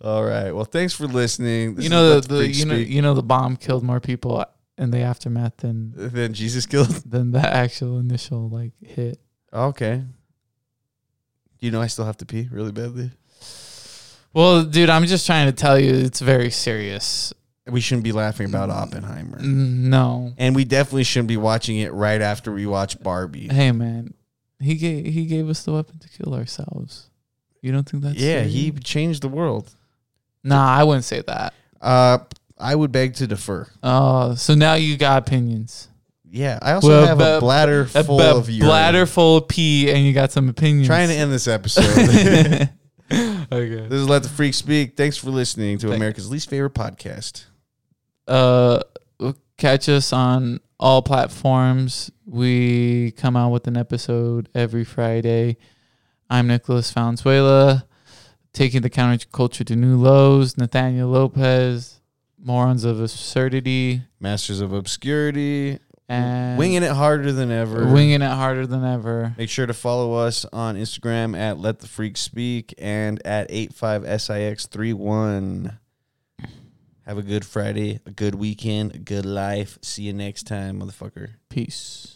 A: [LAUGHS] All right. Well, thanks for listening. This
B: you
A: is
B: know
A: Let
B: the, the
A: Freak
B: you know
A: Speak.
B: you know the bomb killed more people in the aftermath than
A: Then Jesus killed.
B: than the [LAUGHS] actual initial like hit.
A: Okay. You know I still have to pee really badly.
B: Well, dude, I'm just trying to tell you it's very serious.
A: We shouldn't be laughing
B: Mm.
A: about Oppenheimer.
B: No.
A: And we definitely shouldn't be watching it right after we watch Barbie.
B: Hey man, he gave he gave us the weapon to kill ourselves. You don't think that's
A: yeah,
B: serious?
A: he changed the world.
B: Nah, I wouldn't say that.
A: Uh, I would beg to defer.
B: Oh, so now you got opinions.
A: Yeah, I also
B: Well,
A: have
B: but-
A: a bladder
B: A
A: full
B: ba-
A: of urine.
B: bladder full of pee, and you got some opinions. [LAUGHS]
A: Trying to end this episode. this
B: okay.
A: is Let the Freak Speak. Thanks for listening to
B: Thank-
A: America's least favorite podcast.
B: Uh, catch us on all platforms. We come out with an episode every Friday. I'm Nicholas Valenzuela, taking the counterculture to new lows. Nathaniel Lopez, Morons of Absurdity,
A: Masters of Obscurity.
B: and
A: Winging it harder than ever.
B: winging it harder than ever.
A: Make sure to follow us on Instagram at Let the Freak Speak and at 85SIX31. Have a good Friday, a good weekend, a good life. See you next time, motherfucker.
B: Peace.